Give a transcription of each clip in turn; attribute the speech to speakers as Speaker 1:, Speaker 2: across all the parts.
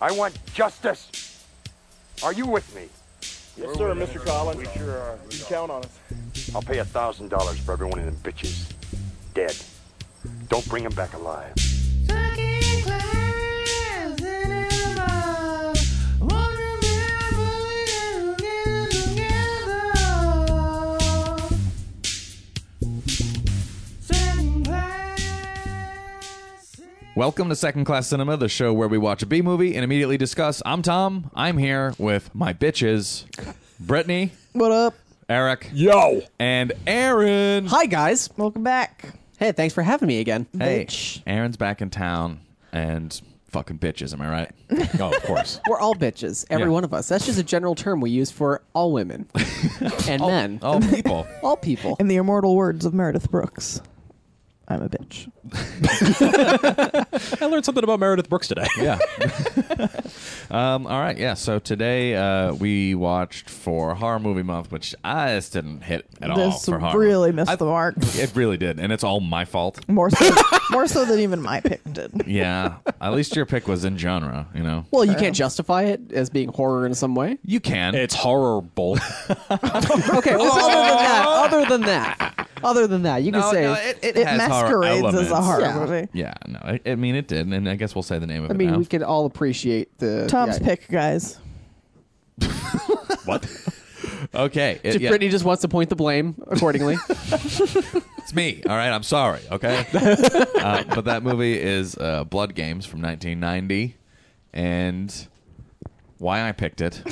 Speaker 1: I want justice. Are you with me?
Speaker 2: Yes, sir, Mr. Collins. We sure are. You can count on us.
Speaker 1: I'll pay a thousand dollars for every one of them bitches. Dead. Don't bring them back alive.
Speaker 3: Second class and above. Won't remember it again and together. Second class.
Speaker 4: Welcome to Second Class Cinema, the show where we watch a B movie and immediately discuss. I'm Tom. I'm here with my bitches, Brittany,
Speaker 5: What up?
Speaker 4: Eric,
Speaker 2: Yo!
Speaker 4: and Aaron.
Speaker 5: Hi, guys. Welcome back. Hey, thanks for having me again.
Speaker 4: Hey,
Speaker 5: Bitch.
Speaker 4: Aaron's back in town and fucking bitches. Am I right? oh, of course.
Speaker 5: We're all bitches, every
Speaker 4: Yeah.
Speaker 5: one of us. That's just a general term we use for all women and men,
Speaker 4: Oh, people.
Speaker 5: all people.
Speaker 6: In the immortal words of Meredith Brooks, I'm a bitch.
Speaker 7: I learned something about Meredith Brooks today.
Speaker 4: Yeah. um, all right. Yeah. So today uh, we watched for horror movie month, which I just didn't hit at all
Speaker 6: this
Speaker 4: for horror.
Speaker 6: really missed
Speaker 4: I-
Speaker 6: the mark.
Speaker 4: It really did, and it's all my fault.
Speaker 6: More so, more so than even my pick did.
Speaker 4: Yeah. At least your pick was in genre. You know.
Speaker 5: Well, you can't justify it as being horror in some way.
Speaker 4: You can.
Speaker 7: It's horrible.
Speaker 5: Okay, well, other than that, other than that, other than that, you can
Speaker 4: No,
Speaker 5: say
Speaker 4: no, it, it,
Speaker 6: It
Speaker 4: has horror
Speaker 6: masquerades as a
Speaker 4: elements.
Speaker 6: horror
Speaker 5: Yeah.
Speaker 6: movie.
Speaker 4: Yeah, no, I, I mean it did, and I guess we'll say the name of
Speaker 5: I
Speaker 4: it
Speaker 5: mean,
Speaker 4: now.
Speaker 5: we could all appreciate the
Speaker 6: Tom's
Speaker 5: yeah.
Speaker 6: pick, guys.
Speaker 7: what?
Speaker 4: okay, it-
Speaker 5: Just-
Speaker 4: yeah,
Speaker 5: Brittany just wants to point the blame accordingly.
Speaker 4: it's me. All right, I'm sorry. Okay, uh, but that movie is uh, Blood Games from 1990, and why I picked it,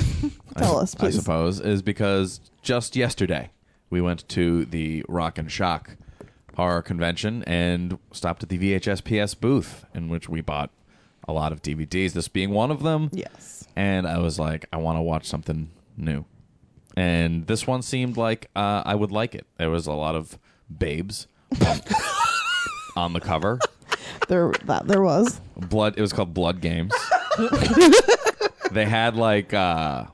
Speaker 4: I,
Speaker 6: Tell us,
Speaker 4: I
Speaker 6: please.
Speaker 4: suppose, is because just yesterday we went to the Rock and Shock horror convention and stopped at the VHSPS booth, in which we bought a lot of DVDs. This being one of them.
Speaker 6: Yes.
Speaker 4: and I was like, I want to watch something new. And this one seemed like uh, I would like it. There was a lot of babes on- on the cover.
Speaker 6: There, that there was.
Speaker 4: Blood. It was called Blood Games. they had like, uh,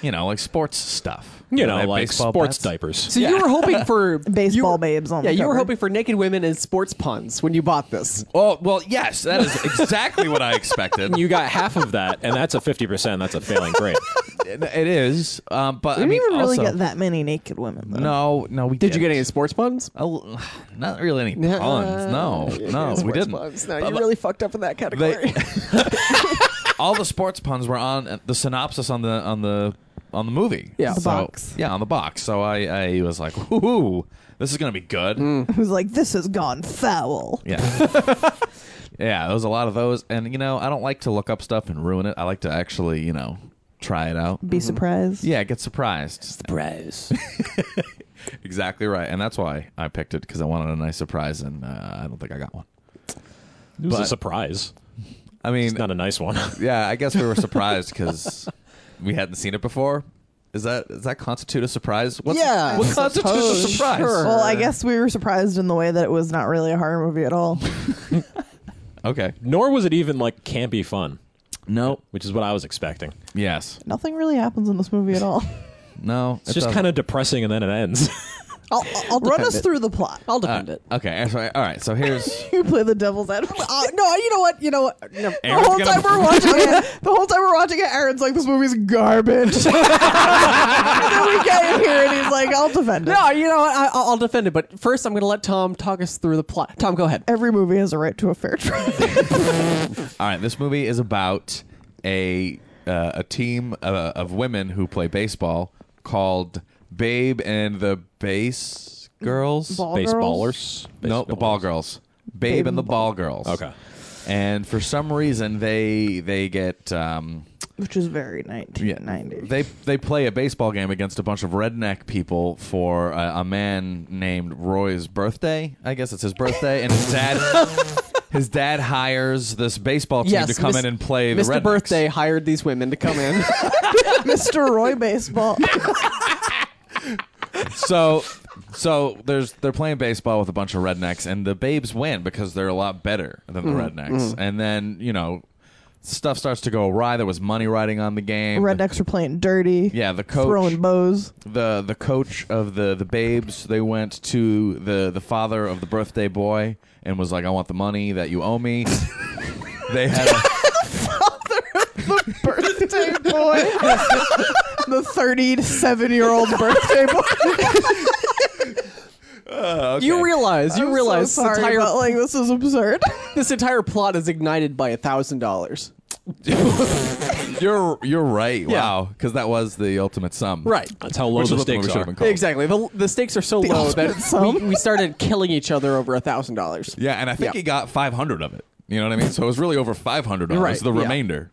Speaker 4: you know, like sports stuff.
Speaker 7: You
Speaker 4: They
Speaker 7: know,
Speaker 4: had
Speaker 7: like
Speaker 4: baseball
Speaker 7: sports
Speaker 4: bats.
Speaker 7: diapers.
Speaker 5: So you were hoping for
Speaker 6: Baseball
Speaker 5: you-
Speaker 6: babes on
Speaker 5: Yeah,
Speaker 6: the
Speaker 5: you were
Speaker 6: cover.
Speaker 5: hoping for naked women and sports puns when you bought this.
Speaker 4: Oh well, yes, that is exactly what I expected.
Speaker 7: You got half of that, and that's a 50%. That's a failing grade.
Speaker 4: it is, um, but I
Speaker 6: We
Speaker 4: mean,
Speaker 6: didn't even really
Speaker 4: also-
Speaker 6: get that many naked women. Though.
Speaker 4: No, no, we
Speaker 5: Did you
Speaker 4: didn't.
Speaker 5: get any sports puns?
Speaker 4: Oh, not really any puns. No, no, we didn't.
Speaker 5: No,
Speaker 4: But-
Speaker 5: you really fucked up in that category.
Speaker 4: They, all the sports puns were on the synopsis on the on the on the movie.
Speaker 5: Yeah. The
Speaker 4: So-
Speaker 6: box.
Speaker 4: Yeah, on the box. So I, I was like, "Ooh, this is gonna be good."
Speaker 5: Hmm.
Speaker 6: Who's like this has gone foul?
Speaker 4: Yeah. yeah, there was a lot of those, and you know, I don't like to look up stuff and ruin it. I like to actually, you know, try it out.
Speaker 6: Be surprised.
Speaker 4: Mm-hmm. Yeah, get surprised. Exactly right, and that's why I picked it because I wanted a nice surprise, and uh, I don't think I got one.
Speaker 7: It was
Speaker 4: But-
Speaker 7: a surprise.
Speaker 4: I mean,
Speaker 7: It's not a nice one.
Speaker 4: yeah, I guess we were surprised because we hadn't seen it before. Is that does that constitute a surprise? What's,
Speaker 5: Yeah,
Speaker 4: what
Speaker 5: I
Speaker 4: constitutes a
Speaker 5: suppose.
Speaker 4: surprise?
Speaker 5: Sure.
Speaker 6: Well, I guess we were surprised in the way that it was not really a horror movie at all.
Speaker 4: Okay.
Speaker 7: Nor was it even like campy fun,
Speaker 4: No.
Speaker 7: which is what I was expecting.
Speaker 4: Yes.
Speaker 6: Nothing really happens in this movie at all.
Speaker 4: No.
Speaker 7: It's just kind of depressing, and then it ends.
Speaker 5: I'll, I'll
Speaker 6: Run
Speaker 5: defend
Speaker 6: us
Speaker 5: it.
Speaker 6: through the plot.
Speaker 5: I'll
Speaker 4: Uh,
Speaker 5: defend it.
Speaker 4: Okay. All right. All right. So here's
Speaker 6: You play the devil's advocate.
Speaker 5: Uh, no, you know what? You know what? No.
Speaker 6: The whole
Speaker 4: gonna-
Speaker 6: time we're watching it, the whole time we're watching it, Aaron's like, "This movie's garbage." and then we get in here, and he's like, "I'll defend it."
Speaker 5: No, you know what? I, I'll I'll defend it. But first, I'm going to let Tom talk us through the plot. Tom, go ahead.
Speaker 6: Every movie has a right to a fair trial.
Speaker 4: all right. This movie is about a uh, a team uh, of women who play baseball called Babe and the Base Girls.
Speaker 6: Ball
Speaker 7: Baseballers?
Speaker 4: Nope. The Ball Girls. Babe, and the Ball Girls.
Speaker 7: Okay.
Speaker 4: And for some reason, they they get. Um,
Speaker 6: which is very 1990.
Speaker 4: They they play a baseball game against a bunch of redneck people for a, a man named Roy's birthday. I guess it's his birthday, and his dad his dad hires this baseball team to come
Speaker 5: Mis-
Speaker 4: in and play the
Speaker 5: Mr.
Speaker 4: rednecks.
Speaker 5: Birthday hired these women to come in.
Speaker 6: Mr. Roy Baseball.
Speaker 4: So so there's they're playing baseball with a bunch of rednecks, and the babes win because they're a lot better than the rednecks. And then you know stuff starts to go awry. There was money riding on the game.
Speaker 6: Rednecks are playing dirty.
Speaker 4: Yeah, the coach-
Speaker 6: throwing bows.
Speaker 4: the the coach of the the babes they went to the the father of the birthday boy and was like i want the money that you owe me they had a,
Speaker 6: boy. the 37 year old birthday boy.
Speaker 5: You realize, you
Speaker 6: I'm so
Speaker 5: realize this
Speaker 6: sorry,
Speaker 5: entire
Speaker 6: but, like this is absurd.
Speaker 5: this entire plot is ignited by a thousand dollars.
Speaker 4: You're you're right. Wow, because that was the ultimate sum.
Speaker 7: That's how low
Speaker 4: Which
Speaker 7: the
Speaker 4: is what the movie
Speaker 7: stakes
Speaker 4: should have
Speaker 7: are.
Speaker 4: been called.
Speaker 5: Exactly. The, the stakes are so low that we, we started killing each other over a thousand dollars.
Speaker 4: Yeah, and I think
Speaker 5: Yeah.
Speaker 4: he got 500 of it. You know what I mean? So it was really over 500 dollars
Speaker 5: Right,
Speaker 4: the
Speaker 5: yeah.
Speaker 4: remainder.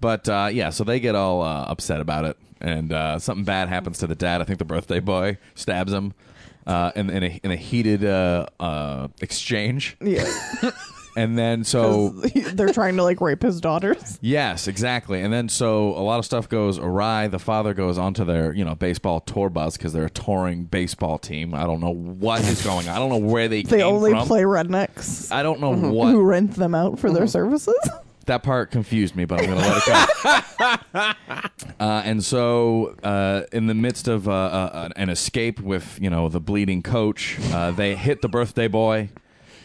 Speaker 4: But uh, yeah, so they get all uh, upset about it, and uh, something bad happens to the dad. I think the birthday boy stabs him. Uh, in, in, a, in a heated uh, uh, exchange,
Speaker 6: Yeah.
Speaker 4: and then so
Speaker 6: They're trying to like rape his daughters.
Speaker 4: Yes, exactly. And then so a lot of stuff goes awry. The father goes onto their, you know, baseball tour bus because they're a touring baseball team. I don't know what is going on. I don't know where they,
Speaker 6: They
Speaker 4: came
Speaker 6: only
Speaker 4: from.
Speaker 6: play rednecks
Speaker 4: I don't know what
Speaker 6: who rent them out for
Speaker 4: Uh-huh.
Speaker 6: their services.
Speaker 4: that part confused me, but I'm gonna let it go. uh, and so, uh, in the midst of uh, uh, an escape with you know the bleeding coach, uh, they hit the birthday boy,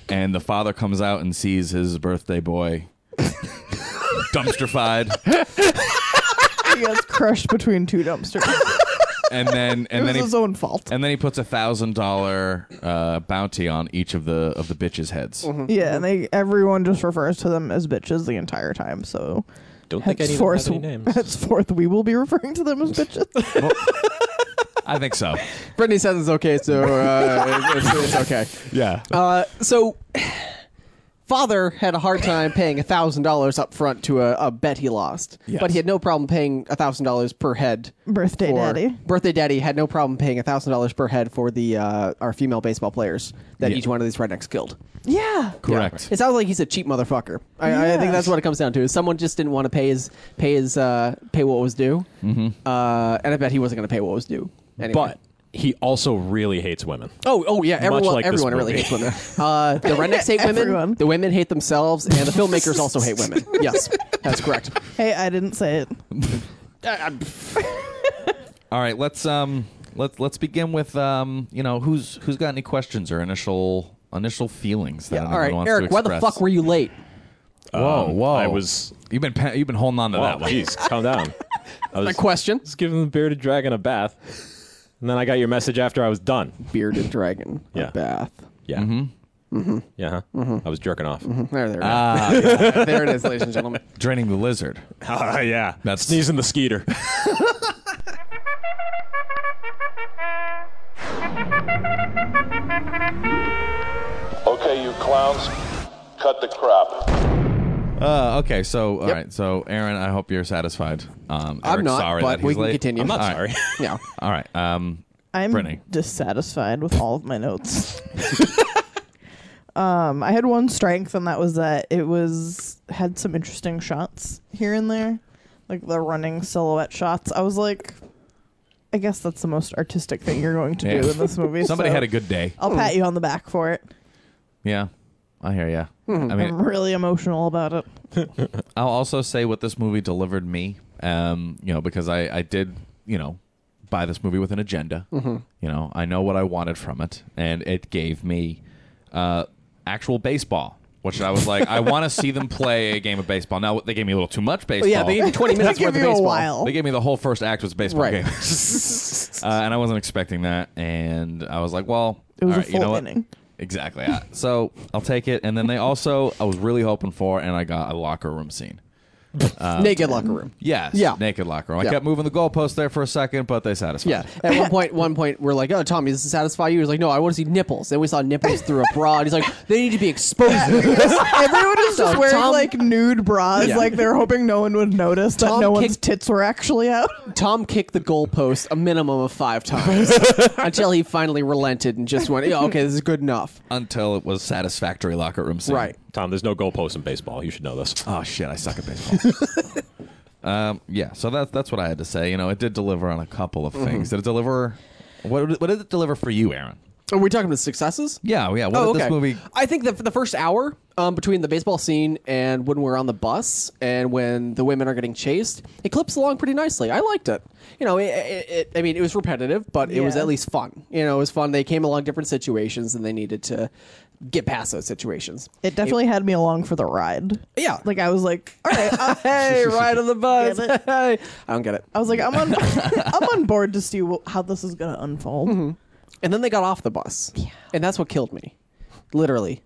Speaker 4: and the father comes out and sees his birthday boy dumpsterfied.
Speaker 6: He gets crushed between two dumpsters.
Speaker 4: and then
Speaker 6: it
Speaker 4: and
Speaker 6: was
Speaker 4: then he,
Speaker 6: his own fault.
Speaker 4: and then he puts a thousand dollar uh, bounty on each of the of the bitches' heads.
Speaker 6: yeah, and they everyone just refers to them as bitches the entire time. So
Speaker 7: Don't think I need to
Speaker 6: henceforth,
Speaker 7: have any names.
Speaker 6: henceforth we will be referring to them as bitches.
Speaker 4: I think so.
Speaker 5: Brittany says it's okay, so uh, it's, it's okay.
Speaker 4: Yeah.
Speaker 5: Uh, so, father had a hard time paying a thousand dollars up front to a, a bet he lost,
Speaker 4: Yes.
Speaker 5: but he had no problem paying a thousand dollars per head.
Speaker 6: Birthday
Speaker 5: for-
Speaker 6: daddy.
Speaker 5: birthday daddy had no problem paying a thousand dollars per head for the uh, our female baseball players that
Speaker 4: Yeah.
Speaker 5: each one of these rednecks killed.
Speaker 6: Yeah.
Speaker 4: Correct.
Speaker 5: It sounds like he's a cheap motherfucker. I, I
Speaker 6: Yeah.
Speaker 5: think that's what it comes down to. Is someone just didn't want to pay his pay his uh, pay what was due, mm-hmm. uh, and I bet he wasn't going to pay what was due. Anyway.
Speaker 7: But he also really hates women.
Speaker 5: Oh, oh yeah, everyone,
Speaker 7: like this
Speaker 5: everyone really
Speaker 7: movie.
Speaker 5: hates women. Uh, the rednecks hate women.
Speaker 6: Everyone.
Speaker 5: The women hate themselves, and the filmmakers also hate women. Yes, that's correct.
Speaker 6: Hey, I didn't say it.
Speaker 4: All right. Let's um let's let's begin with um you know who's who's got any questions or initial initial feelings that anyone
Speaker 5: All right,
Speaker 4: wants to
Speaker 5: Eric, why the
Speaker 4: express?
Speaker 5: fuck were you late?
Speaker 4: Whoa,
Speaker 7: Um,
Speaker 4: whoa!
Speaker 7: I was-
Speaker 4: You've been pa- you've been holding on to
Speaker 7: Wow,
Speaker 4: that one.
Speaker 7: jeez, calm down. I was
Speaker 5: A question.
Speaker 7: just giving the bearded dragon a bath, and then I got your message after I was done.
Speaker 5: Bearded dragon.
Speaker 7: Yeah.
Speaker 5: Bath.
Speaker 7: Yeah. Mm-hmm. Mm-hmm. Yeah. huh? I was jerking off.
Speaker 5: There, there, it is.
Speaker 4: Ah,
Speaker 5: there it is, ladies and gentlemen.
Speaker 4: draining the lizard.
Speaker 7: Ah, yeah.
Speaker 4: That's-
Speaker 7: sneezing the skeeter.
Speaker 8: Okay, you clowns, cut the crap.
Speaker 4: Uh, okay, so all right, so Aaron, I hope you're satisfied. Um,
Speaker 5: I'm
Speaker 4: Eric's
Speaker 5: not,
Speaker 4: sorry
Speaker 5: but
Speaker 4: that he's
Speaker 5: we can
Speaker 4: late.
Speaker 5: continue. I'm not
Speaker 4: All right,
Speaker 7: Sorry.
Speaker 5: Yeah.
Speaker 4: All right. Um,
Speaker 6: I'm
Speaker 4: Brittany.
Speaker 6: dissatisfied with all of my notes. um, I had one strength, and that was that it was had some interesting shots here and there, like the running silhouette shots. I was like, I guess that's the most artistic thing you're going to
Speaker 4: Yeah.
Speaker 6: do in this movie.
Speaker 4: somebody
Speaker 6: so
Speaker 5: uh,
Speaker 4: had a good day.
Speaker 6: I'll pat you on the back for it.
Speaker 4: Yeah, I hear ya.
Speaker 5: Hmm.
Speaker 4: I mean,
Speaker 6: I'm really emotional about it.
Speaker 4: I'll also say what this movie delivered me. Um, you know, because I I did you know buy this movie with an agenda.
Speaker 6: Mm-hmm.
Speaker 4: You know, I know what I wanted from it, and it gave me uh, actual baseball. Which I was like, I want to see them play a game of baseball. Now they gave me a little too
Speaker 6: Oh,
Speaker 4: much baseball.
Speaker 5: But yeah, they gave you 20 minutes
Speaker 6: Give
Speaker 5: worth of
Speaker 6: you a
Speaker 5: baseball.
Speaker 6: while.
Speaker 4: They gave me the whole first act was baseball
Speaker 5: Right.
Speaker 4: game, uh, and I wasn't expecting that. And I was like, "Well,
Speaker 6: It was
Speaker 4: all
Speaker 6: a
Speaker 4: right, you know
Speaker 6: full
Speaker 4: what?
Speaker 6: inning.
Speaker 4: Exactly. I- so I'll take it." And then they also, I was really hoping for, and I got a locker room scene.
Speaker 5: Naked locker room.
Speaker 4: Yes.
Speaker 5: Yeah.
Speaker 4: Naked locker room. I
Speaker 5: Yeah.
Speaker 4: kept moving the goalpost there for a second, but they satisfied.
Speaker 5: Yeah.
Speaker 4: me.
Speaker 5: At one point, one point, we're like, "Oh, Tommy, does this satisfy you?" He's like, "No, I want to see nipples." Then we saw nipples through a bra. And he's like, "They need to be exposed." to this."
Speaker 6: Everyone is just
Speaker 5: So
Speaker 6: wearing
Speaker 5: Tom-
Speaker 6: like nude bras,
Speaker 5: Yeah.
Speaker 6: like they're hoping no one would notice that
Speaker 5: Tom
Speaker 6: no one's
Speaker 5: kicked-
Speaker 6: tits were actually out.
Speaker 5: Tom kicked the goalpost a minimum of five times until he finally relented and just went, "Yeah, okay, this is good enough."
Speaker 4: Until it was satisfactory locker room scene.
Speaker 5: Right.
Speaker 7: Tom, there's no goalposts in baseball. You should know this.
Speaker 4: Oh shit! I suck at baseball. um. Yeah. So that's that's what I had
Speaker 5: Mm-hmm.
Speaker 4: to say. You know, it did deliver on a couple of things. Did it deliver? What did- what did it deliver for you, Aaron?
Speaker 5: Are we talking about successes?
Speaker 4: Yeah, yeah. What
Speaker 5: Oh,
Speaker 4: did
Speaker 5: okay.
Speaker 4: this movie?
Speaker 5: I think that for the first hour um, between the baseball scene and when we're on the bus and when the women are getting chased, it clips along pretty nicely. I liked it. You know, it, it, it, I mean, it was repetitive, but it was
Speaker 6: Yeah.
Speaker 5: at least fun. You know, it was fun. They came along different situations and they needed to get past those situations.
Speaker 6: It definitely had me along for the ride.
Speaker 5: Yeah.
Speaker 6: Like I was like, all right, uh,
Speaker 5: hey, ride on the bus.
Speaker 6: Get it?
Speaker 5: Hey. I don't get it.
Speaker 6: I was like, I'm on, I'm on board to see wh- how this is gonna unfold.
Speaker 5: And then they got off the bus. And that's what killed me. Literally.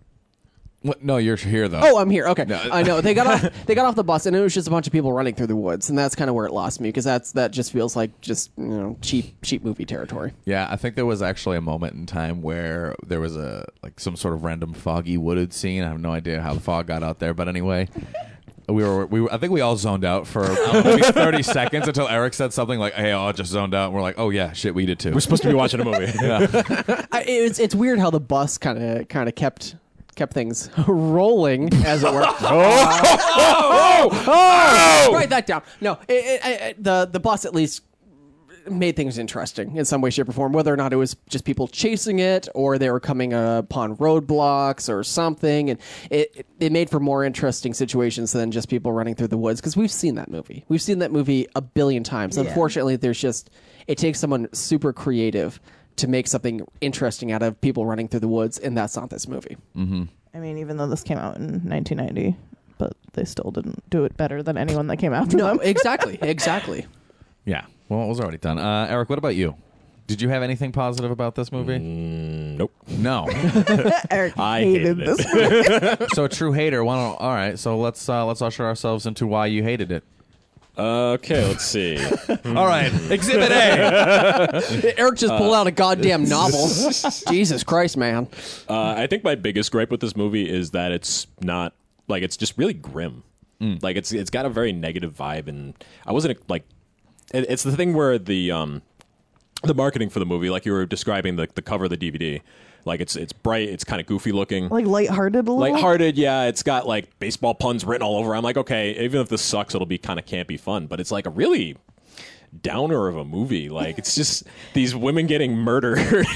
Speaker 4: What, no, you're here though.
Speaker 5: Oh, I'm here. Okay, I know they got off, they got off the bus, and it was just a bunch of people running through the woods, and that's kind of where it lost me because that's that just feels like just you know cheap cheap movie territory.
Speaker 4: Yeah, I think there was actually a moment in time where there was a like some sort of random foggy wooded scene. I have no idea how the fog got out there, but anyway, we were we were, I think we all zoned out for I don't know, maybe thirty seconds until Eric said something like, "Hey, I just zoned out." And we're like, "Oh yeah, shit, we did too."
Speaker 7: We're supposed to be watching a movie.
Speaker 5: I, it's it's weird how the bus kind of kind of kept kept things rolling as it were. Write that down. No, it, it, I- I- the the bus at least made things interesting in some way, shape, or form. Whether or not it was just people chasing it, or they were coming upon roadblocks or something, and it it made for more interesting situations than just people running through the woods. Because we've seen that movie. We've seen that movie a billion times. Unfortunately, there's just it takes someone super creative to make something interesting out of people running through the woods, and that's not this movie.
Speaker 6: I mean, even though this came out in 1990, but they still didn't do it better than anyone that came after
Speaker 5: No,
Speaker 6: them.
Speaker 5: exactly, exactly.
Speaker 4: yeah, well, it was already done. Uh, Eric, what about you? Did you have anything positive about this movie?
Speaker 7: nope.
Speaker 4: No.
Speaker 6: Eric
Speaker 7: I
Speaker 6: hated,
Speaker 7: hated it.
Speaker 6: this. movie.
Speaker 4: so true hater. Why don't, all right, so let's uh, let's usher ourselves into why you hated it.
Speaker 7: Okay, let's see.
Speaker 4: All right, Exhibit A.
Speaker 5: Eric just pulled out a goddamn novel. Jesus Christ, man.
Speaker 7: Uh, I think my biggest gripe with this movie is that it's not like it's just really grim. Like it's it's got a very negative vibe, and I wasn't like it, it's the thing where the um the marketing for the movie, like you were describing the the cover of the DVD, like it's it's bright, it's kind of goofy looking.
Speaker 6: like lighthearted a little.
Speaker 7: Lighthearted, yeah. It's got like baseball puns written all over. I'm like, okay, even if this sucks, it'll be kind of campy fun. But it's like a really downer of a movie. Like it's just these women getting murdered.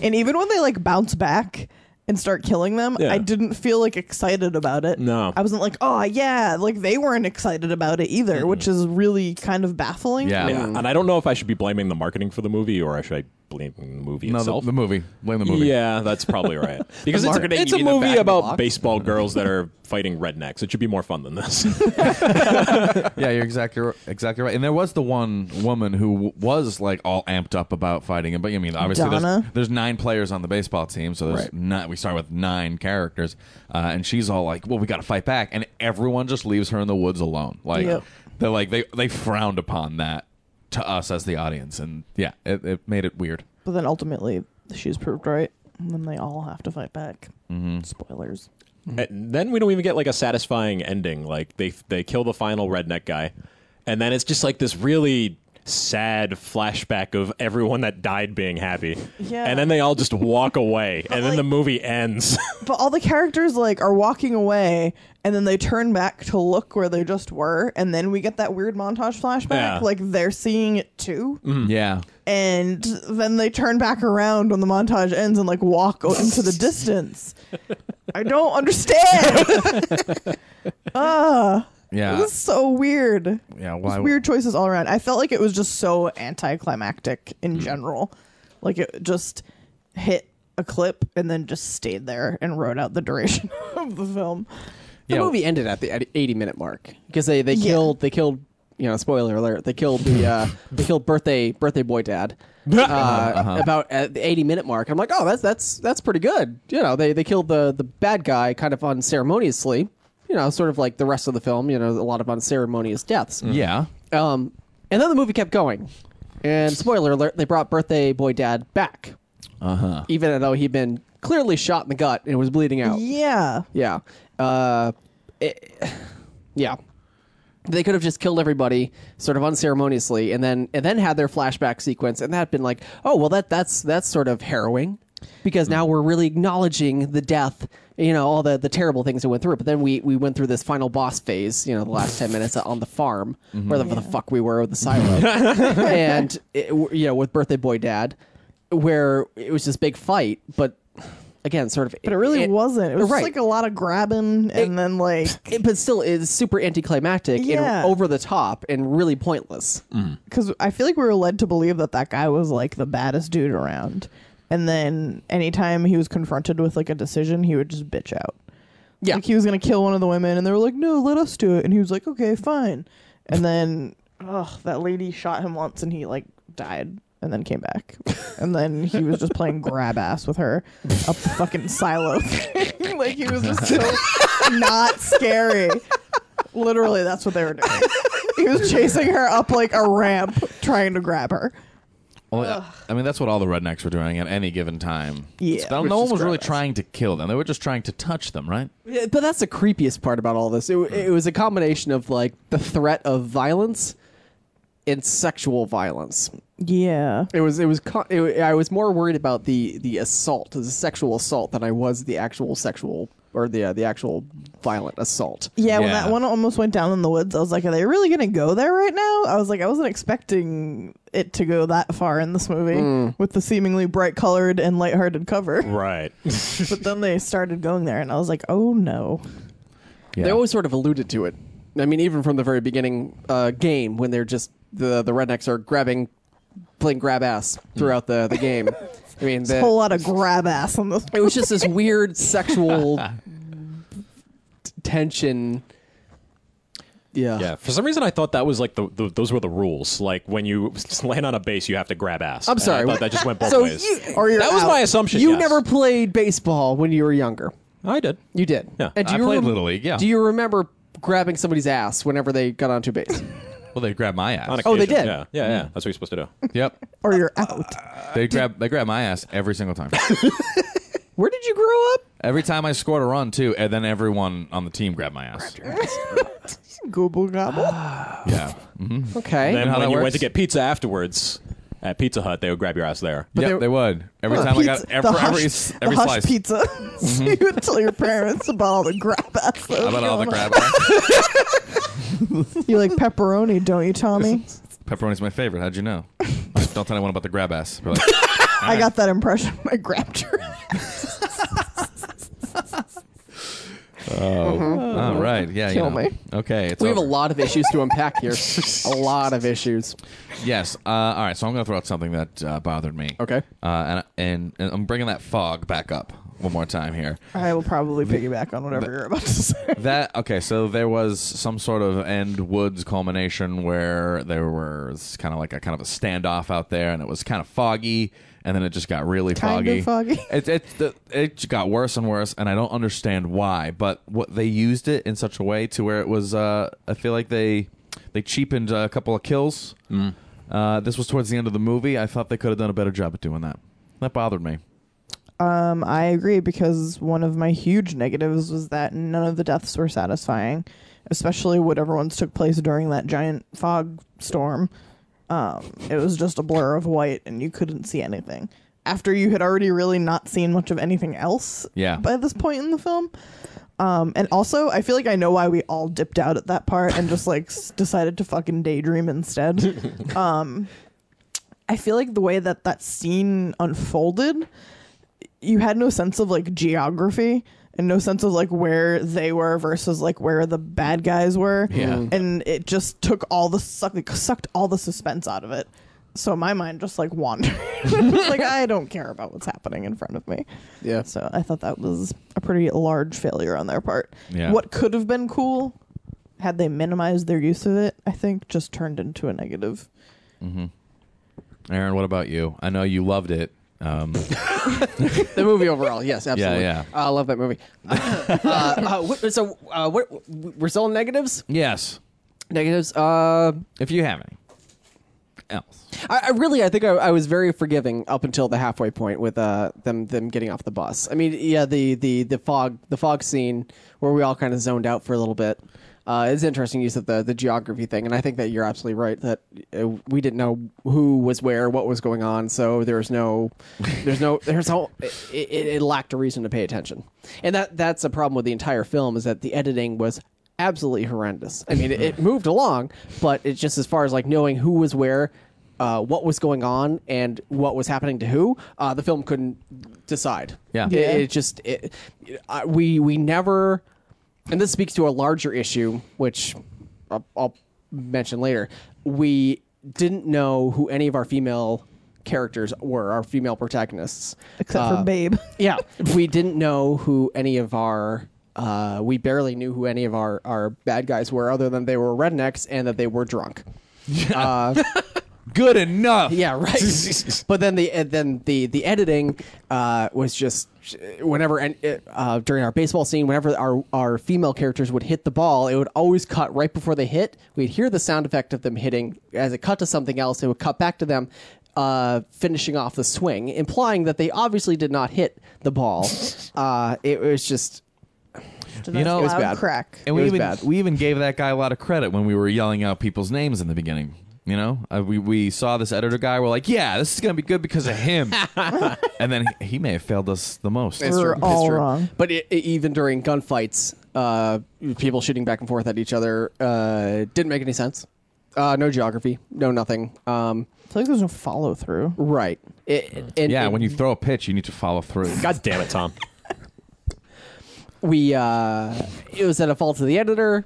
Speaker 6: And even when they like bounce back and start killing them,
Speaker 7: Yeah.
Speaker 6: I didn't feel like excited about it.
Speaker 7: No.
Speaker 6: I wasn't like, oh yeah, like they weren't excited about it either, which is really kind of baffling.
Speaker 4: Yeah.
Speaker 7: Yeah, and I don't know if I should be blaming the marketing for the movie or should I blame the movie
Speaker 4: No, the,
Speaker 7: itself?
Speaker 4: the movie. Blame the movie.
Speaker 7: Yeah, that's probably right. Because it's,
Speaker 5: marketing,
Speaker 7: it's
Speaker 5: you
Speaker 7: a
Speaker 5: mean the back
Speaker 7: movie
Speaker 5: of the
Speaker 7: about
Speaker 5: box?
Speaker 7: baseball girls that are fighting rednecks. It should be more fun than this.
Speaker 4: yeah, you're exactly r- exactly right. And there was the one woman who w- was like all amped up about fighting him. But I mean, obviously, there's,
Speaker 6: Donna?
Speaker 4: there's nine players on the baseball team, so there's
Speaker 5: Right.
Speaker 4: nine. We start with nine characters, uh, and she's all like, "Well, we got to fight back," and everyone just leaves her in the woods alone. Like
Speaker 6: Yep.
Speaker 4: they're like they they frowned upon that to us as the audience, and yeah, it, it made it weird.
Speaker 6: But then ultimately, she's proved right, and then they all have to fight back.
Speaker 7: Mm-hmm.
Speaker 6: Spoilers.
Speaker 7: and Eh, then we don't even get like a satisfying ending. Like they they kill the final redneck guy, and then it's just like this really sad flashback of everyone that died being happy.
Speaker 6: Yeah.
Speaker 7: And then they all just walk away, and then
Speaker 6: like-
Speaker 7: the movie ends.
Speaker 6: But all the characters like are walking away, and then they turn back to look where they just were, and then we get that weird montage flashback.
Speaker 7: Yeah.
Speaker 6: Like they're seeing it too,
Speaker 4: Yeah,
Speaker 6: and then they turn back around when the montage ends and like walk o- into the distance. I don't understand.
Speaker 4: yeah,
Speaker 6: This is so weird.
Speaker 4: yeah.
Speaker 6: Just
Speaker 4: Why?
Speaker 6: weird choices all around. I felt like it was just so anticlimactic in
Speaker 4: Mm-hmm.
Speaker 6: general. Like it just hit a clip and then just stayed there and wrote out the duration of the film.
Speaker 5: The
Speaker 4: Yeah.
Speaker 5: movie ended at the at 80 minute mark because they, they
Speaker 6: Yeah.
Speaker 5: killed they killed you know spoiler alert they killed the uh, they killed birthday birthday boy dad uh, about at the 80 minute mark. I'm like oh that's that's that's pretty good you know they they killed the the bad guy kind of unceremoniously you know sort of like the rest of the film you know a lot of unceremonious deaths.
Speaker 4: Yeah.
Speaker 5: Um, and then the movie kept going. And spoiler alert, they brought birthday boy dad back. Uh huh. Even though he'd been clearly shot in the gut and was bleeding out.
Speaker 6: Yeah.
Speaker 5: Yeah. Uh, it- yeah. They could have just killed everybody sort of unceremoniously and then and then had their flashback sequence and that had been like, oh well that that's that's sort of harrowing because now we're really acknowledging the death, you know, all the, the terrible things that went through. But then we, we went through this final boss phase, you know, the last ten minutes on the farm, where the, the fuck we were with the silo, and it, you know, with birthday boy dad, where it was this big fight, but again, sort of.
Speaker 6: But it really wasn't. It was
Speaker 5: right.
Speaker 6: just like a lot of grabbing and
Speaker 5: It-
Speaker 6: then like
Speaker 5: It- but still, it's super anticlimactic
Speaker 6: Yeah.
Speaker 5: and over the top and really pointless.
Speaker 6: because I feel like we were led to believe that that guy was like the baddest dude around, and then anytime he was confronted with like a decision, he would just bitch out.
Speaker 5: Yeah.
Speaker 6: like he was gonna kill one of the women, and they were like, "No, let us do it," and he was like, "Okay, fine," and then ugh, that lady shot him once, and he like died. And then came back, and then he was just playing grab ass with her, a fucking silo. thing. like he was just so not scary. Literally, that's what they were doing. He was chasing her up like a ramp, trying to grab her.
Speaker 4: Well, I mean, that's what all the rednecks were doing at any given time.
Speaker 6: Yeah.
Speaker 4: So no one was really trying to kill them. They were just trying to touch them, right?
Speaker 5: Yeah, But that's the creepiest part about all this. It, it was a combination of like the threat of violence and sexual violence.
Speaker 6: Yeah,
Speaker 5: It was it was co- it, I was more worried about the the assault, the sexual assault, than I was the actual sexual or the uh, the actual violent assault.
Speaker 6: yeah. When
Speaker 4: Yeah.
Speaker 6: that one almost went down in the woods, I was like, "Are they really gonna go there right now?" I was like, I wasn't expecting it to go that far in this movie with the seemingly bright colored and lighthearted cover.
Speaker 7: Right.
Speaker 6: but then they started going there, and I was like, "Oh no!"
Speaker 4: Yeah.
Speaker 5: They always sort of alluded to it. I mean, even from the very beginning uh, game, when they're just the the rednecks are grabbing, playing grab ass throughout the the game. I mean, the,
Speaker 6: A whole lot of grab ass on this.
Speaker 5: it was just this weird sexual t- tension. Yeah.
Speaker 7: Yeah. For some reason, I thought that was like the, the those were the rules. Like when you land on a base, you have to grab ass.
Speaker 5: I'm
Speaker 7: And
Speaker 5: sorry,
Speaker 7: I
Speaker 5: what-
Speaker 7: thought that just went both
Speaker 5: So
Speaker 7: ways.
Speaker 5: you-
Speaker 6: Or you're
Speaker 7: that was
Speaker 6: out.
Speaker 7: my assumption.
Speaker 5: You
Speaker 7: yes.
Speaker 5: never played baseball when you were younger.
Speaker 7: I did.
Speaker 5: You did.
Speaker 7: Yeah.
Speaker 5: And do
Speaker 4: I
Speaker 5: you
Speaker 4: played
Speaker 5: rem-
Speaker 4: Little League, yeah.
Speaker 5: Do you remember grabbing somebody's ass whenever they got onto base?
Speaker 4: Well, they grabbed my ass.
Speaker 7: On
Speaker 5: Oh, they
Speaker 7: occasion.
Speaker 5: did?
Speaker 7: Yeah. Yeah. Yeah. That's what you're supposed to do.
Speaker 4: Yep.
Speaker 6: Or you're out.
Speaker 4: They grab they grab my ass every single time.
Speaker 5: Where did you grow up?
Speaker 4: every time I scored a run too, and then everyone on the team grabbed my ass.
Speaker 6: Gobble gobble.
Speaker 4: Yeah.
Speaker 5: Okay.
Speaker 7: And
Speaker 4: how
Speaker 7: when
Speaker 4: that
Speaker 7: you
Speaker 4: works?
Speaker 7: went to get pizza afterwards at Pizza Hut, they would grab your ass there.
Speaker 4: yep,
Speaker 6: they-
Speaker 4: they, would. Every time I got
Speaker 6: Pizza-
Speaker 4: every
Speaker 6: the
Speaker 4: every,
Speaker 6: hush,
Speaker 4: every
Speaker 6: the hush
Speaker 4: slice.
Speaker 6: pizza. so you would tell your parents about all the grab ass. that
Speaker 4: How
Speaker 6: was
Speaker 4: about all the
Speaker 6: going on.
Speaker 4: grab ass?
Speaker 6: You like pepperoni, don't you, Tommy?
Speaker 4: Pepperoni's my favorite. How'd you know? Don't tell anyone about the grab ass. They're like,
Speaker 6: I got that impression. when I grabbed your
Speaker 4: oh, right. Yeah. you
Speaker 6: Kill
Speaker 4: know.
Speaker 6: me.
Speaker 4: Okay. It's
Speaker 5: we have a
Speaker 4: over.
Speaker 5: lot of issues to unpack here. a lot of issues.
Speaker 4: Yes. Uh, all right. So I'm going to throw out something that uh, bothered me.
Speaker 5: Okay.
Speaker 4: Uh, and, and and I'm bringing that fog back up one more time here.
Speaker 6: I will probably piggyback on whatever you're about to say.
Speaker 4: That okay. So there was some sort of end woods culmination where there was kind of like a kind of a standoff out there, and it was kind of foggy, and then it just got really
Speaker 6: Kind
Speaker 4: foggy.
Speaker 6: of foggy.
Speaker 4: It it the, it got worse and worse, and I don't understand why. But what they used it in such a way to where it was. Uh, I feel like they they cheapened a couple of kills. Uh, this was towards the end of the movie. I thought they could have done a better job at doing that. That bothered me.
Speaker 6: Um, I agree because one of my huge negatives was that none of the deaths were satisfying, especially whatever ones took place during that giant fog storm. Um, it was just a blur of white and you couldn't see anything. After you had already really not seen much of anything else
Speaker 4: Yeah.
Speaker 6: by this point in the film. Um, and also, I feel like I know why we all dipped out at that part and just like s- decided to fucking daydream instead. Um, I feel like the way that that scene unfolded, you had no sense of like geography and no sense of like where they were versus like where the bad guys were.
Speaker 4: Yeah.
Speaker 6: And it just took all the suck like, sucked all the suspense out of it. So my mind just like wandered. It was like I don't care about what's happening in front of me.
Speaker 5: Yeah.
Speaker 6: So I thought that was a pretty large failure on their part.
Speaker 4: Yeah.
Speaker 6: What could have been cool had they minimized their use of it, I think just turned into a negative.
Speaker 4: Aaron, what about you? I know you loved it. Um,
Speaker 5: The movie overall, yes, absolutely.
Speaker 4: yeah.
Speaker 5: I love that movie. uh, uh, what, so uh, what, we're still on negatives.
Speaker 4: yes.
Speaker 5: Negatives. Uh,
Speaker 4: If you have any else.
Speaker 5: I, I really, I think I, I was very forgiving up until the halfway point with uh, them them getting off the bus. I mean, yeah, the the the fog the fog scene where we all kind of zoned out for a little bit. Uh, it's interesting use of the the geography thing, and I think that you're absolutely right that uh, we didn't know who was where, what was going on, so there's no, there's no, there's no, it, it, it lacked a reason to pay attention, and that that's a problem with the entire film is that the editing was absolutely horrendous. I mean, it, it moved along, but it's just as far as like knowing who was where, uh, what was going on and what was happening to who, uh, the film couldn't decide.
Speaker 4: Yeah.
Speaker 5: It-
Speaker 4: Yeah.
Speaker 5: It, just it, I, we we never, and this speaks to a larger issue, which I'll, I'll mention later. We didn't know who any of our female characters were, our female protagonists,
Speaker 6: except
Speaker 5: Uh,
Speaker 6: for Babe.
Speaker 5: yeah, we didn't know who any of our. Uh, we barely knew who any of our, our bad guys were, other than they were rednecks and that they were drunk.
Speaker 4: Good enough.
Speaker 5: Yeah, right. but then the and then the the editing uh, was just whenever and uh, during our baseball scene, whenever our our female characters would hit the ball, it would always cut right before they hit. We'd hear the sound effect of them hitting as it cut to something else. It would cut back to them. Uh, finishing off the swing, implying that they obviously did not hit the ball. uh, it was just
Speaker 4: You know,
Speaker 6: loud
Speaker 4: it was
Speaker 5: bad.
Speaker 6: crack.
Speaker 4: And
Speaker 5: It
Speaker 4: we
Speaker 5: was
Speaker 4: even
Speaker 5: bad.
Speaker 4: we even gave that guy a lot of credit when we were yelling out people's names in the beginning. You know, uh, we we saw this editor guy. We're like, yeah, this is gonna be good because of him. and then he, he may have failed us the most.
Speaker 5: That's
Speaker 6: We're
Speaker 5: true. That's
Speaker 6: all
Speaker 5: true.
Speaker 6: wrong.
Speaker 5: But it, it- even during gunfights, uh, people shooting back and forth at each other uh, didn't make any sense. Uh, no geography, no nothing. Um,
Speaker 6: I feel like there's no follow through.
Speaker 5: right. It, and-
Speaker 4: Yeah,
Speaker 5: and
Speaker 4: when you throw a pitch, you need to follow through.
Speaker 7: God damn it, Tom.
Speaker 5: we uh, it was at a fault to the editor,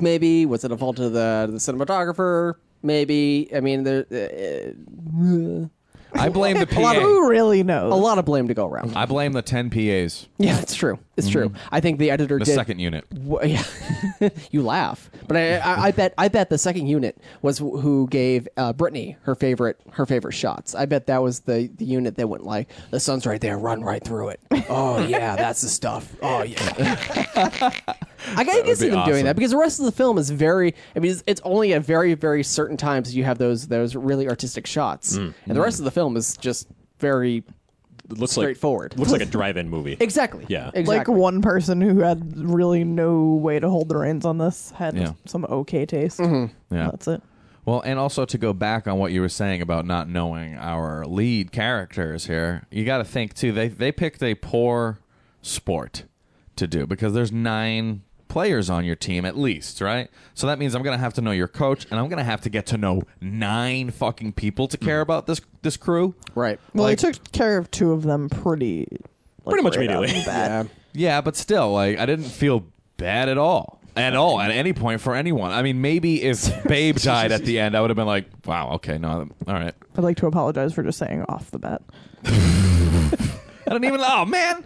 Speaker 5: maybe was it a fault to the the cinematographer, maybe. I mean, there uh,
Speaker 4: I blame the PA.
Speaker 6: Who really knows?
Speaker 5: a lot of blame to go around.
Speaker 4: I blame the ten PAs,
Speaker 5: Yeah, it's true. It's true. I think the editor
Speaker 4: Mm-hmm. the
Speaker 5: did
Speaker 4: second unit.
Speaker 5: Wha- yeah. you laugh, but I, I, I bet I bet the second unit was wh- who gave uh, Brittany her favorite her favorite shots. I bet that was the, the unit that went like the sun's right there, run right through it. Oh yeah, that's the stuff. Oh yeah. I gotta
Speaker 4: would
Speaker 5: get
Speaker 4: be
Speaker 5: them doing
Speaker 4: awesome.
Speaker 5: that because the rest of the film is very. I mean, it's, it's only at very very certain times you have those those really artistic shots,
Speaker 4: Mm,
Speaker 5: and the rest of the film is just very
Speaker 7: It looks
Speaker 5: Straightforward.
Speaker 7: Like, looks like a drive-in movie.
Speaker 5: exactly.
Speaker 7: Yeah.
Speaker 5: exactly.
Speaker 6: Like one person who had really no way to hold the reins on this had
Speaker 4: Yeah.
Speaker 6: some okay taste.
Speaker 4: Yeah.
Speaker 6: That's it.
Speaker 4: Well, and also to go back on what you were saying about not knowing our lead characters here, you got to think too. They they picked a poor sport to do because there's nine players on your team at least, right? So that means I'm gonna have to know your coach, and I'm gonna have to get to know nine fucking people to care about this this crew.
Speaker 5: right.
Speaker 6: Well,
Speaker 4: Like-
Speaker 6: they took care of two of them pretty, like,
Speaker 7: Pretty much
Speaker 6: right out of
Speaker 7: immediately.
Speaker 6: the bat.
Speaker 5: Yeah.
Speaker 4: Yeah, but still, like I didn't feel bad at all. At all, at any point for anyone. I mean, maybe if Babe died at the end, I would have been like, "Wow, okay, no, all right."
Speaker 6: I'd like to apologize for just saying off the bat.
Speaker 4: I don't even. Oh man,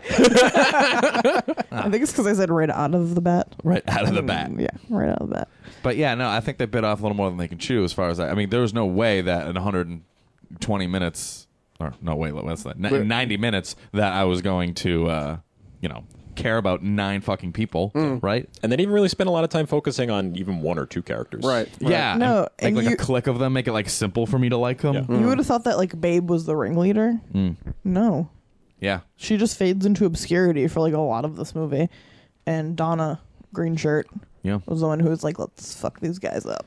Speaker 6: I think it's because I said right out of the bat.
Speaker 4: Ah. right out of the bat.
Speaker 6: Mm, Yeah, right out of the bat.
Speaker 4: But yeah, no, I think they bit off a little more than they can chew as far as that. I mean, there was no way that in 120 minutes, or no, wait, what's that? Ni- 90 minutes that I was going to, uh, you know, care about nine fucking people,
Speaker 6: Mm.
Speaker 4: right?
Speaker 7: And they didn't even really spend a lot of time focusing on even one or two characters.
Speaker 5: Right.
Speaker 4: Yeah.
Speaker 6: No,
Speaker 4: Make
Speaker 6: and
Speaker 4: like a
Speaker 6: you-
Speaker 4: click of them, make it like simple for me to like them. Mm.
Speaker 7: Yeah.
Speaker 6: You would have thought that like Babe was the ringleader. No,
Speaker 4: Yeah.
Speaker 6: she just fades into obscurity for like a lot of this movie, and Donna Green Shirt
Speaker 4: Yeah.
Speaker 6: was the one who was like, "Let's fuck these guys up."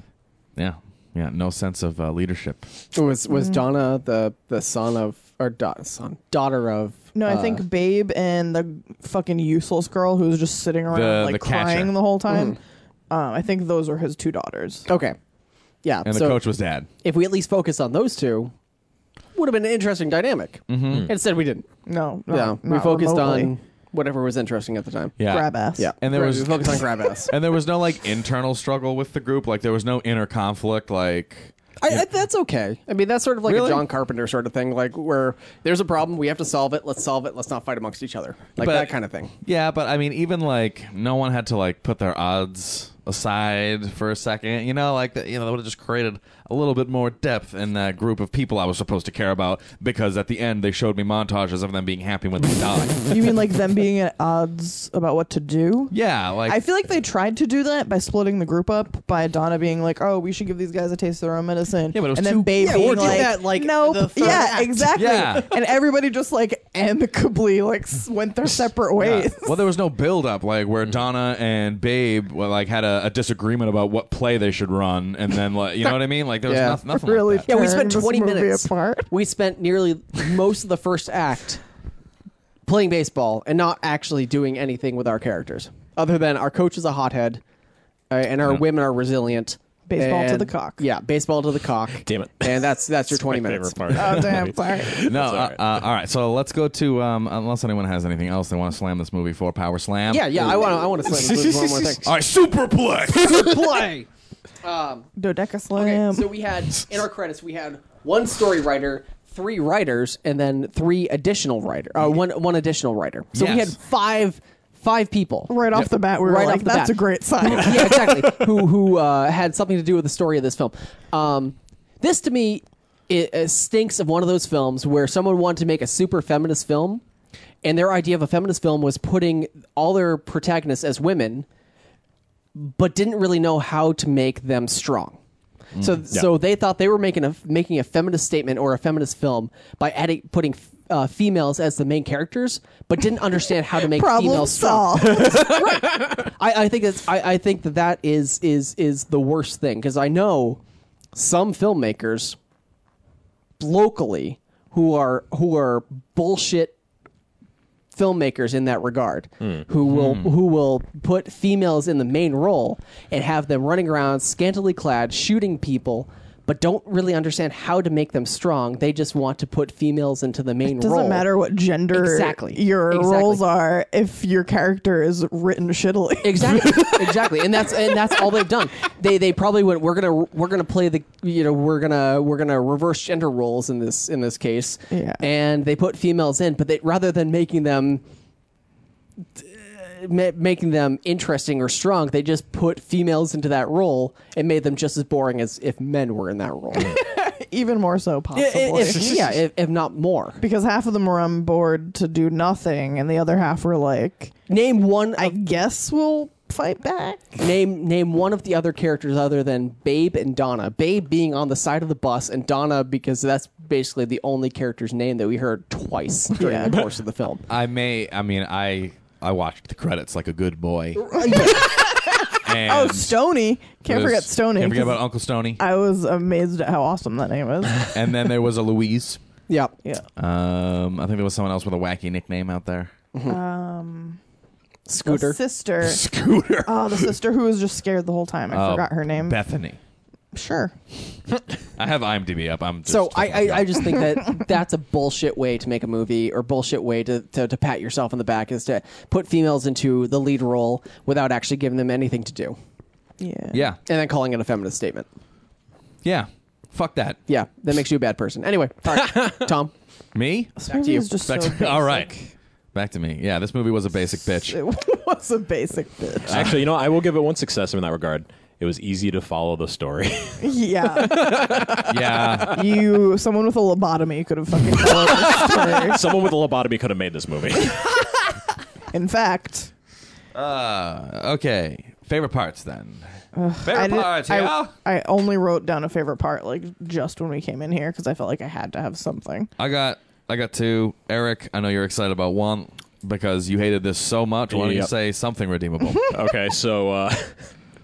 Speaker 4: Yeah. Yeah. No sense of uh, leadership.
Speaker 5: Was
Speaker 6: Mm.
Speaker 5: was Donna the the son of or da- son daughter of?
Speaker 6: No, I
Speaker 5: uh,
Speaker 6: think Babe and the fucking useless girl who was just sitting around
Speaker 4: The-
Speaker 6: like
Speaker 4: the catcher. Mm-hmm.
Speaker 6: crying the whole time. Um, I think those are his two daughters.
Speaker 5: Okay, yeah.
Speaker 4: And the
Speaker 5: so
Speaker 4: coach was dad.
Speaker 5: if we at least focus on those two, would have been an interesting dynamic. Mm-hmm. Instead, we didn't.
Speaker 6: No, no
Speaker 5: yeah, we
Speaker 6: Mm. not
Speaker 5: focused
Speaker 6: remotely.
Speaker 5: on whatever was interesting at the time.
Speaker 4: Yeah.
Speaker 6: grab ass.
Speaker 5: Yeah,
Speaker 4: And there
Speaker 5: Right,
Speaker 4: was-
Speaker 5: we focused on grab ass.
Speaker 4: And there was no like internal struggle with the group. Like there was no inner conflict. Like
Speaker 5: I, I, that's okay. I mean, that's sort of like
Speaker 4: Really?
Speaker 5: a John Carpenter sort of thing, like where there's a problem, we have to solve it. Let's solve it. Let's not fight amongst each other, like
Speaker 4: But-
Speaker 5: that kind of thing.
Speaker 4: Yeah, but I mean, even like no one had to like put their odds aside for a second. You know, like that. You know, that would have just created a little bit more depth in that group of people I was supposed to care about. Because at the end, they showed me montages of them being happy when they died.
Speaker 6: You mean like them being at odds about what to do?
Speaker 4: yeah, like
Speaker 6: I feel like they tried to do that by splitting the group up by Donna being like, "Oh, we should give these guys a taste of their own medicine."
Speaker 4: Yeah, but it was
Speaker 6: and
Speaker 4: too-
Speaker 6: then Babe
Speaker 5: Yeah,
Speaker 6: being
Speaker 5: or do
Speaker 6: like,
Speaker 5: that, like,
Speaker 6: "Nope."
Speaker 5: the third
Speaker 6: yeah,
Speaker 5: act.
Speaker 6: exactly.
Speaker 4: Yeah.
Speaker 6: And everybody just like amicably like s- went their separate ways.
Speaker 4: Yeah. Well, there was no build up like where Donna and Babe well, like had a, a disagreement about what play they should run, and then like you know what I mean? Like there was
Speaker 5: Yeah.
Speaker 4: noth- nothing.
Speaker 6: Really
Speaker 4: Like that.
Speaker 5: Yeah, we
Speaker 6: tearing
Speaker 5: spent
Speaker 6: this
Speaker 5: 20
Speaker 6: movie
Speaker 5: minutes.
Speaker 6: apart.
Speaker 5: We spent nearly most of the first act playing baseball and not actually doing anything with our characters, other than our coach is a hothead, uh, and our women are resilient.
Speaker 6: Baseball to
Speaker 5: And-
Speaker 6: the cock.
Speaker 5: Yeah, baseball to the cock.
Speaker 7: Damn it.
Speaker 5: And that's that's your twenty
Speaker 7: My
Speaker 5: minutes.
Speaker 7: Favorite part.
Speaker 6: Oh damn! Sorry.
Speaker 4: No,
Speaker 7: all right.
Speaker 4: uh, uh, all right. So let's go to um, unless anyone has anything else they want to slam this movie for Power Slam.
Speaker 5: Yeah, yeah. I want to. I want to slam one more thing.
Speaker 4: All right, Superplex.
Speaker 5: Play.
Speaker 6: Dodeca
Speaker 5: Okay,
Speaker 6: slam.
Speaker 5: so we had in our credits we had one story writer, three writers, and then three additional writer. Uh, one one additional writer. So we
Speaker 4: Yes.
Speaker 5: had five five people.
Speaker 6: right off the bat, we were
Speaker 5: Right off
Speaker 6: like,
Speaker 5: the
Speaker 6: "That's
Speaker 5: bat.
Speaker 6: a great sign."
Speaker 5: yeah, exactly. who who uh, had something to do with the story of this film? Um, this to me it, uh stinks of one of those films where someone wanted to make a super feminist film, and their idea of a feminist film was putting all their protagonists as women, but didn't really know how to make them strong. So, so they thought they were making a making a feminist statement or a feminist film by adding putting uh, females as the main characters, but didn't understand how to make
Speaker 6: Problem
Speaker 5: females strong.
Speaker 6: solved.
Speaker 5: I, I think that's I, I think that that is is is the worst thing because I know some filmmakers locally who are who are bullshit filmmakers in that regard who will who will put females in the main role and have them running around scantily clad shooting people but don't really understand how to make them strong they just want to put females into the main
Speaker 6: Doesn't
Speaker 5: role
Speaker 6: matter what gender
Speaker 5: Exactly.
Speaker 6: your
Speaker 5: Exactly.
Speaker 6: roles are if your character is written shittily.
Speaker 5: Exactly, exactly, and that's and that's all they've done. They they probably went. We're gonna we're gonna play the you know we're gonna we're gonna reverse gender roles in this in this case.
Speaker 6: Yeah.
Speaker 5: and they put females in, but they rather than making them ma- making them interesting or strong, they just put females into that role and made them just as boring as if men were in that role.
Speaker 6: Even more so, possibly.
Speaker 5: if, yeah, if, if not more.
Speaker 6: because half of them were on board to do nothing, and the other half were like,
Speaker 5: Name one.
Speaker 6: "I guess we'll fight back."
Speaker 5: Name name one of the other characters other than Babe and Donna. Babe being on the side of the bus, and Donna because that's basically the only character's name that we heard twice during
Speaker 6: Yeah.
Speaker 5: the course of the film.
Speaker 4: I may. I mean, I I watched the credits like a good boy. And
Speaker 6: Oh, Stony! Can't
Speaker 4: there's-
Speaker 6: forget Stony.
Speaker 4: Can't forget
Speaker 6: 'cause
Speaker 4: about Uncle Stony.
Speaker 6: I was amazed at how awesome that name is.
Speaker 4: and then there was a Louise.
Speaker 5: Yeah,
Speaker 6: yeah.
Speaker 4: Um, I think there was someone else with a wacky nickname out there.
Speaker 5: Scooter.
Speaker 6: The sister.
Speaker 4: Scooter.
Speaker 6: Oh, the sister who was just scared the whole time. I
Speaker 4: Uh,
Speaker 6: forgot her name.
Speaker 4: Bethany.
Speaker 6: Sure.
Speaker 4: I have IMDb up. I'm just
Speaker 5: So I,
Speaker 4: taking a
Speaker 5: I, I
Speaker 4: shot.
Speaker 5: just think that that's a bullshit way to make a movie or bullshit way to, to, to pat yourself on the back is to put females into the lead role without actually giving them anything to do
Speaker 6: Yeah.
Speaker 4: yeah
Speaker 5: and then calling it a feminist statement.
Speaker 4: yeah. Fuck that.
Speaker 5: Yeah, that makes you a bad person. Anyway, all right, Tom.
Speaker 4: Me.
Speaker 6: This movie
Speaker 5: you.
Speaker 6: is just
Speaker 4: Back
Speaker 6: so
Speaker 4: to, all right. Back to me. Yeah, this movie was a basic bitch.
Speaker 6: It was a basic bitch.
Speaker 7: Actually, you know, I will give it one success in that regard. It was easy to follow the story.
Speaker 6: Yeah.
Speaker 4: Yeah.
Speaker 6: you, someone with a lobotomy could have fucking followed this story.
Speaker 7: Someone with a lobotomy could have made this movie.
Speaker 6: In fact,
Speaker 4: Uh, okay. Favorite parts then. Favorite
Speaker 6: I, did,
Speaker 4: parts. yeah.
Speaker 6: I, I only wrote down a favorite part like just when we came in here because I felt like I had to have something.
Speaker 4: I got I got two. Eric, I know you're excited about one because you hated this so much. Why don't you
Speaker 7: Yep.
Speaker 4: say something redeemable?
Speaker 7: okay, so uh,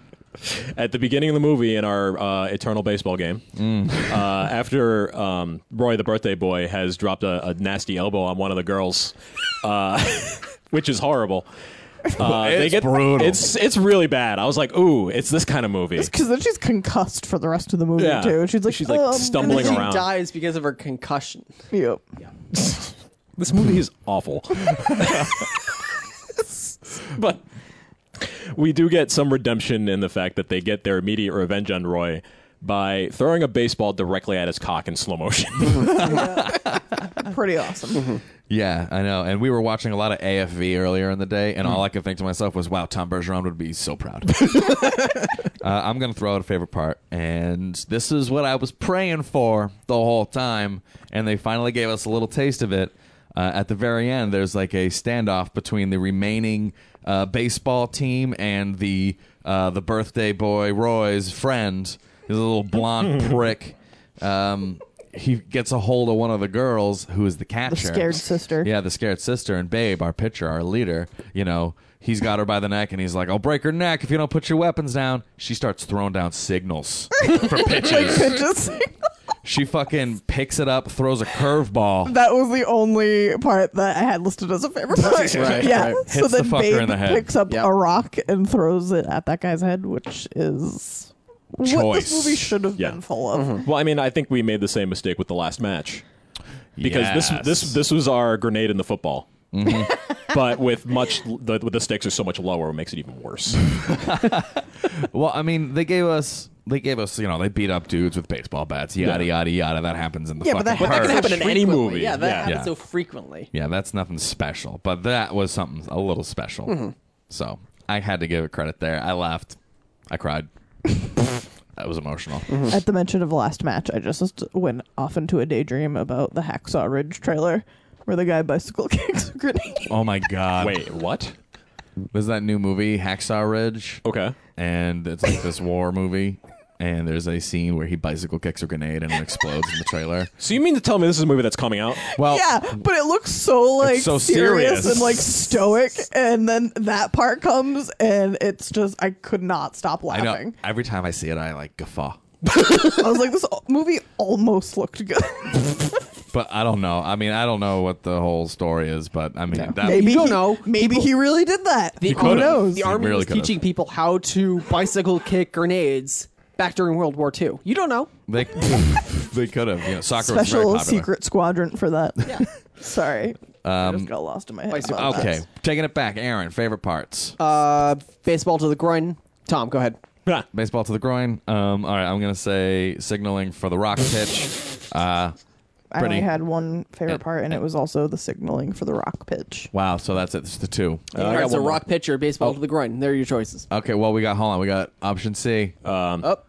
Speaker 7: at the beginning of the movie, in our uh, eternal baseball game,
Speaker 4: Mm.
Speaker 7: uh, after um, Roy the birthday boy has dropped a, a nasty elbow on one of the girls, uh, which is horrible. Uh,
Speaker 4: It's brutal.
Speaker 7: It's it's really bad. I was like, ooh, it's this kind of movie.
Speaker 6: Because then she's concussed for the rest of the movie
Speaker 7: Yeah.
Speaker 6: too. She's like
Speaker 7: She's, like,
Speaker 6: um,
Speaker 7: stumbling
Speaker 6: and then she-
Speaker 7: around.
Speaker 5: dies because of her concussion.
Speaker 6: Yep.
Speaker 7: This movie is awful. but we do get some redemption in the fact that they get their immediate revenge on Roy by throwing a baseball directly at his cock in slow motion.
Speaker 6: Pretty awesome.
Speaker 4: yeah, I know. And we were watching a lot of AFV earlier in the day,
Speaker 6: Hmm.
Speaker 4: and all I could think to myself was, "Wow, Tom Bergeron would be so proud." uh, I'm gonna throw out a favorite part, and this is what I was praying for the whole time, and they finally gave us a little taste of it. Uh, at the very end, there's like a standoff between the remaining uh, baseball team and the uh, the birthday boy Roy's friend. He's a little blonde prick. Um, he gets a hold of one of the girls who is the catcher,
Speaker 6: scared sister.
Speaker 4: Yeah, the scared sister and Babe, our pitcher, our leader. You know, he's got her by the neck and he's like, "I'll break her neck if you don't put your weapons down." She starts throwing down signals for pitches.
Speaker 6: Just-
Speaker 4: she fucking picks it up, throws a curveball.
Speaker 6: that was the only part that I had listed as a favorite part.
Speaker 5: Right,
Speaker 6: yeah.
Speaker 5: right.
Speaker 4: Hits
Speaker 6: So
Speaker 4: the
Speaker 6: then
Speaker 4: fucker
Speaker 6: Babe
Speaker 4: in the head.
Speaker 6: picks up
Speaker 5: Yep.
Speaker 6: a rock and throws it at that guy's head, which is what
Speaker 4: choice.
Speaker 6: this movie should have
Speaker 7: Yeah.
Speaker 6: been full of.
Speaker 5: Mm-hmm.
Speaker 7: Well, I mean, I think we made the same mistake with the last match because
Speaker 4: Yes.
Speaker 7: this this this was our grenade in the football. Mm-hmm. but with much the, the stakes are so much lower, it makes it even worse.
Speaker 4: Well, I mean, they gave us they gave us you know they beat up dudes with baseball bats, yada
Speaker 7: Yeah.
Speaker 4: yada yada. That happens in the
Speaker 6: Yeah,
Speaker 4: fucking
Speaker 6: but that
Speaker 4: park.
Speaker 5: That can happen in any
Speaker 7: Frequently.
Speaker 5: movie. Yeah, that
Speaker 7: Yeah.
Speaker 5: happens
Speaker 4: Yeah.
Speaker 5: so frequently.
Speaker 4: Yeah, that's nothing special, but that was something a little special.
Speaker 6: Mm-hmm.
Speaker 4: So I had to give it credit there. I laughed, I cried. that was emotional.
Speaker 6: At the mention of last match, I just went off into a daydream about the Hacksaw Ridge trailer where the guy bicycle kicks a grenade.
Speaker 4: Oh my god!
Speaker 7: Wait, what?
Speaker 4: was that new movie Hacksaw Ridge?
Speaker 7: Okay.
Speaker 4: and it's like this war movie. And there's a scene where he bicycle kicks a grenade and it explodes in the trailer.
Speaker 7: So you mean to tell me this is a movie that's coming out?
Speaker 4: Well,
Speaker 6: Yeah, but it looks so like
Speaker 4: so serious.
Speaker 6: and like stoic, and then that part comes, and it's just I could not stop
Speaker 4: I know.
Speaker 6: laughing.
Speaker 4: Every time I see it, I like guffaw.
Speaker 6: I, was like, this movie almost looked good.
Speaker 4: But I don't know. I mean, I don't know what the whole story is. But I mean, that,
Speaker 6: maybe
Speaker 5: You don't
Speaker 6: he,
Speaker 5: know.
Speaker 6: Maybe he really did that.
Speaker 5: The,
Speaker 4: could've.
Speaker 5: Who knows?
Speaker 4: You
Speaker 5: The army
Speaker 4: really
Speaker 5: was
Speaker 4: could've.
Speaker 5: teaching people how to bicycle kick grenades back during World War II. You don't know.
Speaker 4: they they could have. You know, soccer
Speaker 6: Special
Speaker 4: was very popular.
Speaker 6: secret squadron for that. Yeah. Sorry, I just got lost in my head.
Speaker 5: bicycle
Speaker 6: about that.
Speaker 4: Okay, taking it back, Aaron. Favorite parts:
Speaker 5: Uh, baseball to the groin. Tom, go ahead.
Speaker 7: Ah,
Speaker 4: baseball to the groin. Um, all right, I'm gonna say signaling for the rock pitch. Uh,
Speaker 6: I
Speaker 4: Pretty-
Speaker 6: only had one favorite
Speaker 4: and-
Speaker 6: part, and it was also the signaling for the rock pitch.
Speaker 4: wow, so that's it. It's the two.
Speaker 5: All right, so rock pitch or baseball to the groin. There are your choices. Oh,
Speaker 4: Okay, well we got hold on. We got option C. Uh,
Speaker 5: Up.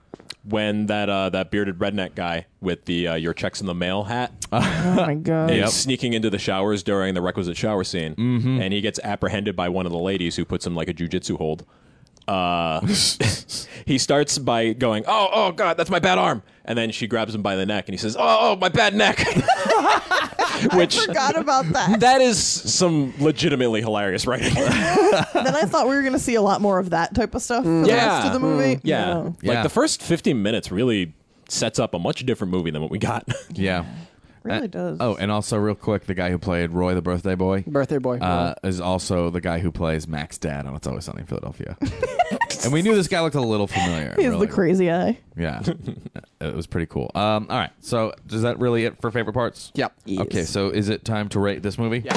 Speaker 7: when that uh, that bearded redneck guy with the uh, your checks in the mail hat
Speaker 6: Oh my god!
Speaker 7: is
Speaker 4: Yep.
Speaker 7: sneaking into the showers during the requisite shower scene, and he gets apprehended by one of the ladies who puts him like a jujitsu hold. Uh, he starts by going, "Oh, oh God, that's my bad arm," and then she grabs him by the neck, and he says, "Oh, oh my bad neck," which.
Speaker 6: Forgot about that.
Speaker 7: That is some legitimately hilarious writing.
Speaker 6: then I thought we were going to see a lot more of that type of stuff for the rest
Speaker 7: Yeah. Mm.
Speaker 6: of the movie.
Speaker 7: yeah.
Speaker 6: No.
Speaker 7: Like
Speaker 4: Yeah.
Speaker 7: the first 15 minutes really sets up a much different movie than what we got.
Speaker 4: Yeah.
Speaker 6: Really
Speaker 4: Uh,
Speaker 6: does.
Speaker 4: Oh, and also real quick, the guy who played Roy the Birthday Boy
Speaker 5: Birthday boy.
Speaker 4: uh, is also the guy who plays Mac's dad on It's Always Sunny in Philadelphia. and we knew this guy looked a little familiar.
Speaker 6: He has
Speaker 4: really.
Speaker 6: the crazy eye.
Speaker 4: Yeah, it was pretty cool. Um, all right, so is that really it for favorite parts?
Speaker 5: Yep. Yes.
Speaker 4: Okay, so is it time to rate this movie?
Speaker 5: Yeah.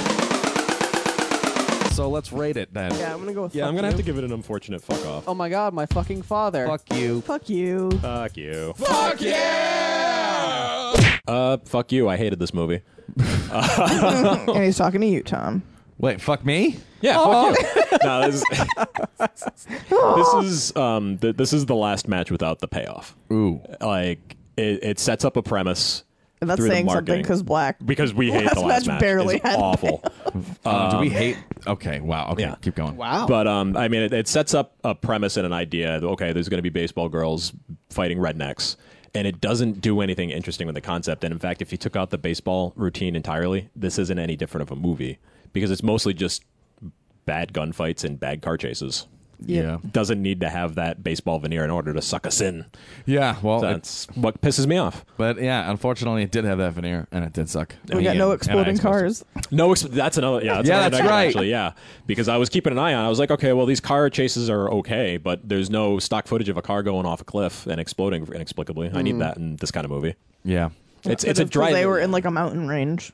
Speaker 4: So let's rate it then.
Speaker 6: Yeah, I'm going to go with
Speaker 7: yeah,
Speaker 6: fuck
Speaker 7: I'm going to
Speaker 6: you.
Speaker 7: have to give it an unfortunate fuck off.
Speaker 5: oh my God, my fucking father.
Speaker 4: Fuck you.
Speaker 6: Fuck you.
Speaker 7: Fuck you. Fuck yeah! Uh, fuck you. I hated this movie.
Speaker 6: and he's talking to you, Tom.
Speaker 4: Wait, fuck me?
Speaker 7: Yeah, fuck you. no, this is, this is um, th- this is the last match without the payoff.
Speaker 4: Ooh.
Speaker 7: Like it, it sets up a premise.
Speaker 6: And that's
Speaker 7: through the
Speaker 6: saying something
Speaker 7: marketing.
Speaker 6: because black.
Speaker 7: because we hate
Speaker 6: Last
Speaker 7: the last
Speaker 6: match
Speaker 7: match.
Speaker 6: barely
Speaker 7: It's
Speaker 6: had the
Speaker 7: awful.
Speaker 4: Uh, do we hate? Okay. Wow. Okay.
Speaker 7: yeah.
Speaker 4: Keep going.
Speaker 5: Wow.
Speaker 7: But um, I mean, it, it sets up a premise and an idea. Okay, there's going to be baseball girls fighting rednecks, and it doesn't do anything interesting with the concept. And in fact, if you took out the baseball routine entirely, this isn't any different of a movie because it's mostly just bad gunfights and bad car chases.
Speaker 4: Yeah.
Speaker 7: Doesn't need to have that baseball veneer in order to suck us in.
Speaker 4: Yeah. Well, Oh, it-
Speaker 7: That's what pisses me off.
Speaker 4: but yeah, unfortunately, it did have that veneer, and it did suck.
Speaker 6: We got
Speaker 7: Yeah,
Speaker 6: no
Speaker 7: and I
Speaker 6: exploding cars.
Speaker 7: exposed No, ex- that's another. Yeah, that's,
Speaker 4: Yeah,
Speaker 7: another
Speaker 4: that's
Speaker 7: negative,
Speaker 4: right.
Speaker 7: Actually, yeah, because I was keeping an eye on. it. I was like, okay, well, these car chases are okay, but there's no stock footage of a car going off a cliff and exploding inexplicably. I need that in this kind of movie.
Speaker 4: Yeah.
Speaker 7: It's it's a
Speaker 6: Because
Speaker 7: drive.
Speaker 6: They were in like a mountain range.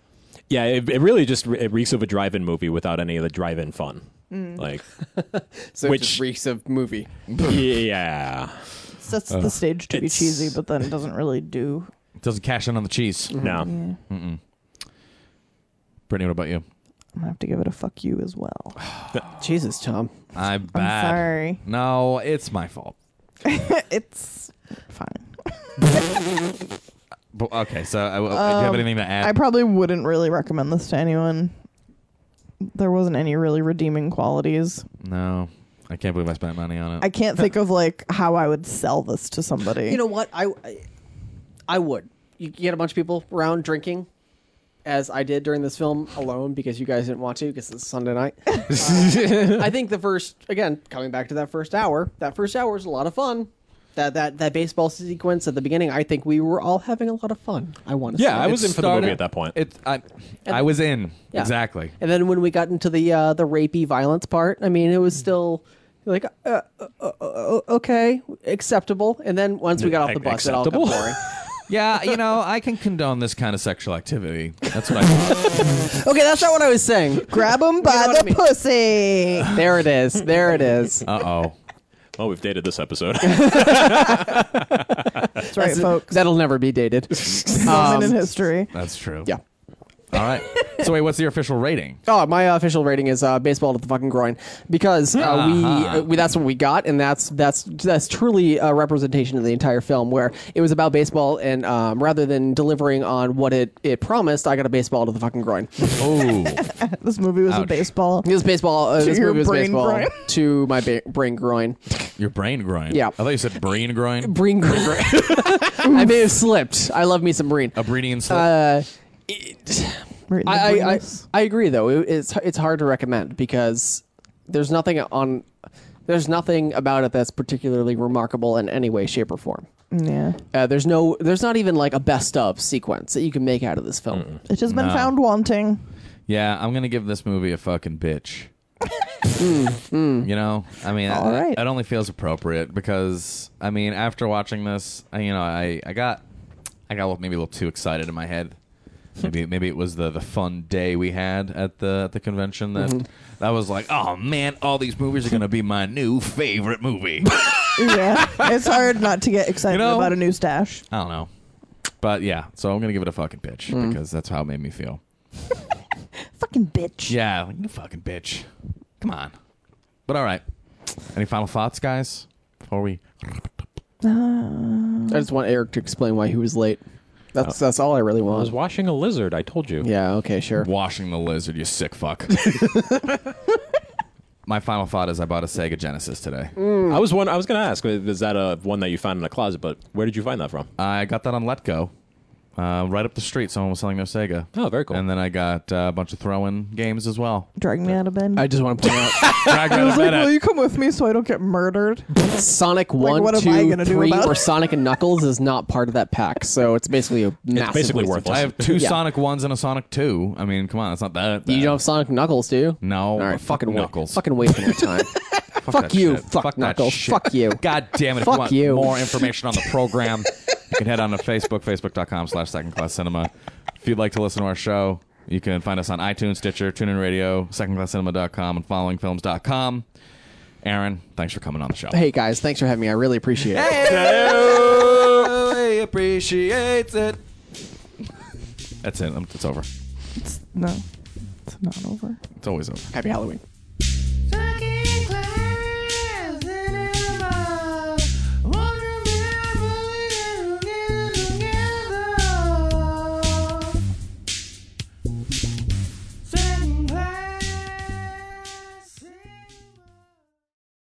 Speaker 7: yeah, it, it really just re- it reeks of a drive-in movie without any of the drive-in fun. Like,
Speaker 5: so
Speaker 7: which-
Speaker 5: it just reeks of movie.
Speaker 7: yeah,
Speaker 6: Sets the stage to be
Speaker 7: it's-
Speaker 6: cheesy, but then it doesn't really do.
Speaker 4: It doesn't cash in on the cheese.
Speaker 7: no,
Speaker 4: Brittany, what about you?
Speaker 6: I'm going to have to give it a fuck you as well.
Speaker 5: Jesus, Tom.
Speaker 4: I'm
Speaker 6: I'm
Speaker 4: bad.
Speaker 6: sorry.
Speaker 4: No, it's my fault.
Speaker 6: It's fine.
Speaker 4: But, okay, so I, do
Speaker 6: Um,
Speaker 4: you have anything to add?
Speaker 6: I probably wouldn't really recommend this to anyone. There wasn't any really redeeming qualities.
Speaker 4: no, I can't believe I spent money on it.
Speaker 6: I can't think of like how I would sell this to somebody.
Speaker 5: You know what? I, I, I would. You get a bunch of people around drinking, as I did during this film alone because you guys didn't want to because it's Sunday night. Uh, I think the first, again, coming back to that first hour, that first hour is a lot of fun. That that that baseball sequence at the beginning, I think we were all having a lot of fun. I want to
Speaker 7: yeah,
Speaker 5: say.
Speaker 7: I was
Speaker 4: It
Speaker 7: in for the
Speaker 4: started-
Speaker 7: movie at that point.
Speaker 4: It, I, I was in
Speaker 5: Yeah.
Speaker 4: exactly.
Speaker 7: Mm-hmm.
Speaker 5: And then when we got into the uh, the rapey violence part, I mean, it was still You're like, uh, uh, uh, uh, okay, acceptable. And then once we got off the bus, it all got
Speaker 7: Acceptable?
Speaker 5: boring.
Speaker 4: Yeah, you know, I can condone this kind of sexual activity. That's what I.
Speaker 5: okay, that's not what I was saying.
Speaker 6: Grab him by
Speaker 5: know what I
Speaker 6: the
Speaker 5: mean.
Speaker 6: pussy.
Speaker 5: There it is. There it is.
Speaker 4: Uh oh.
Speaker 7: Oh, we've dated this episode.
Speaker 6: That's right, folks.
Speaker 5: That'll never be dated. Um,
Speaker 6: Moment in history.
Speaker 4: That's true.
Speaker 5: Yeah.
Speaker 4: All right. So wait, what's the official rating?
Speaker 5: Oh, my uh, official rating is uh, baseball to the fucking groin because uh, we, uh, we that's what we got, and that's that's that's truly a representation of the entire film where it was about baseball, and um, rather than delivering on what it it promised, I got a baseball to the fucking groin.
Speaker 4: Oh,
Speaker 6: This movie was a
Speaker 4: Ouch.
Speaker 6: baseball.
Speaker 5: This baseball, uh, this
Speaker 6: your
Speaker 5: movie was
Speaker 6: brain
Speaker 5: baseball
Speaker 6: groin?
Speaker 5: to my ba- brain groin,
Speaker 4: your brain groin.
Speaker 5: Yeah.
Speaker 4: I thought you said brain groin.
Speaker 5: brain groin. I may have slipped. I love me some brain.
Speaker 4: A breeding and slip.
Speaker 6: We're in the
Speaker 5: I, I, I,
Speaker 6: greenness.
Speaker 5: I agree though. It- It's it's hard to recommend because there's nothing on there's nothing about it that's particularly remarkable in any way, shape, or form.
Speaker 6: yeah.
Speaker 5: Uh, there's no there's not even like a best of sequence that you can make out of this film.
Speaker 6: It has been found wanting.
Speaker 4: yeah, I'm gonna give this movie a fucking bitch. You know, I mean, I-
Speaker 6: Mm-hmm. All right.
Speaker 4: it only feels appropriate because I mean, after watching this, I, you know, I, I got I got a little- maybe a little too excited in my head. Maybe maybe it was the, the fun day we had at the at the convention that
Speaker 6: Mm-hmm.
Speaker 4: that was like, oh man, all these movies are gonna be my new favorite movie.
Speaker 6: yeah. It's hard not to get excited
Speaker 4: You know-
Speaker 6: about a new stash.
Speaker 4: I don't know. But yeah, so I'm gonna give it a fucking bitch
Speaker 6: Mm.
Speaker 4: because that's how it made me feel.
Speaker 6: Fucking bitch.
Speaker 4: Yeah, like, you fucking bitch. Come on. But all right. Any final thoughts, guys? Before we
Speaker 5: I just want Eric to explain why he was late. That's
Speaker 7: Oh.
Speaker 5: that's all I really
Speaker 7: I was
Speaker 5: want.
Speaker 7: watching a lizard. I told you.
Speaker 5: Yeah. Okay. Sure.
Speaker 4: washing the lizard, you sick fuck. My final thought is I bought a Sega Genesis today.
Speaker 5: Mm.
Speaker 7: I was one. I was gonna ask. Is that a one that you found in a closet? But where did you find that from?
Speaker 4: I got that on Letgo. Uh, right up the street, someone was selling their Sega.
Speaker 7: Oh, very cool.
Speaker 4: And then I got uh, a bunch of throw-in games as well.
Speaker 6: Drag me out of bed.
Speaker 5: I just want to point out
Speaker 4: Drag right
Speaker 6: was
Speaker 4: up
Speaker 6: like,
Speaker 4: in it.
Speaker 6: will you come with me so I don't get murdered?
Speaker 5: Sonic
Speaker 6: Like,
Speaker 5: One,
Speaker 6: what am I
Speaker 5: Two,
Speaker 6: gonna do
Speaker 5: Three,
Speaker 6: about
Speaker 5: or
Speaker 6: it?
Speaker 5: Sonic and Knuckles is not part of that pack, so it's basically a massive
Speaker 7: basically
Speaker 5: waste of
Speaker 7: worthless.
Speaker 4: I have two
Speaker 5: Yeah.
Speaker 4: Sonic ones and a Sonic two. I mean, come on, it's not that.
Speaker 5: You
Speaker 4: bad.
Speaker 5: don't have Sonic Knuckles, do you?
Speaker 4: No,
Speaker 5: All right,
Speaker 4: but
Speaker 5: fucking
Speaker 4: fuck
Speaker 5: wa-
Speaker 4: Knuckles.
Speaker 5: Fucking wasting your time. fuck
Speaker 4: that
Speaker 5: you,
Speaker 4: shit.
Speaker 5: fuck,
Speaker 4: that
Speaker 5: Knuckles,
Speaker 4: shit.
Speaker 5: fuck you.
Speaker 4: God damn it. if
Speaker 5: Fuck
Speaker 4: you, want
Speaker 5: you.
Speaker 4: more information on the program, you can head on to Facebook, facebook.com slash second class cinema. If you'd like to listen to our show, you can find us on iTunes, Stitcher, TuneIn Radio, secondclasscinema.com, and followingfilms.com. Aaron, thanks for coming on the show.
Speaker 5: Hey guys, thanks for having me. I really appreciate it.
Speaker 4: I appreciates it. That's it. Um, It's over.
Speaker 6: No. It's not over.
Speaker 4: It's always over.
Speaker 5: Happy Halloween.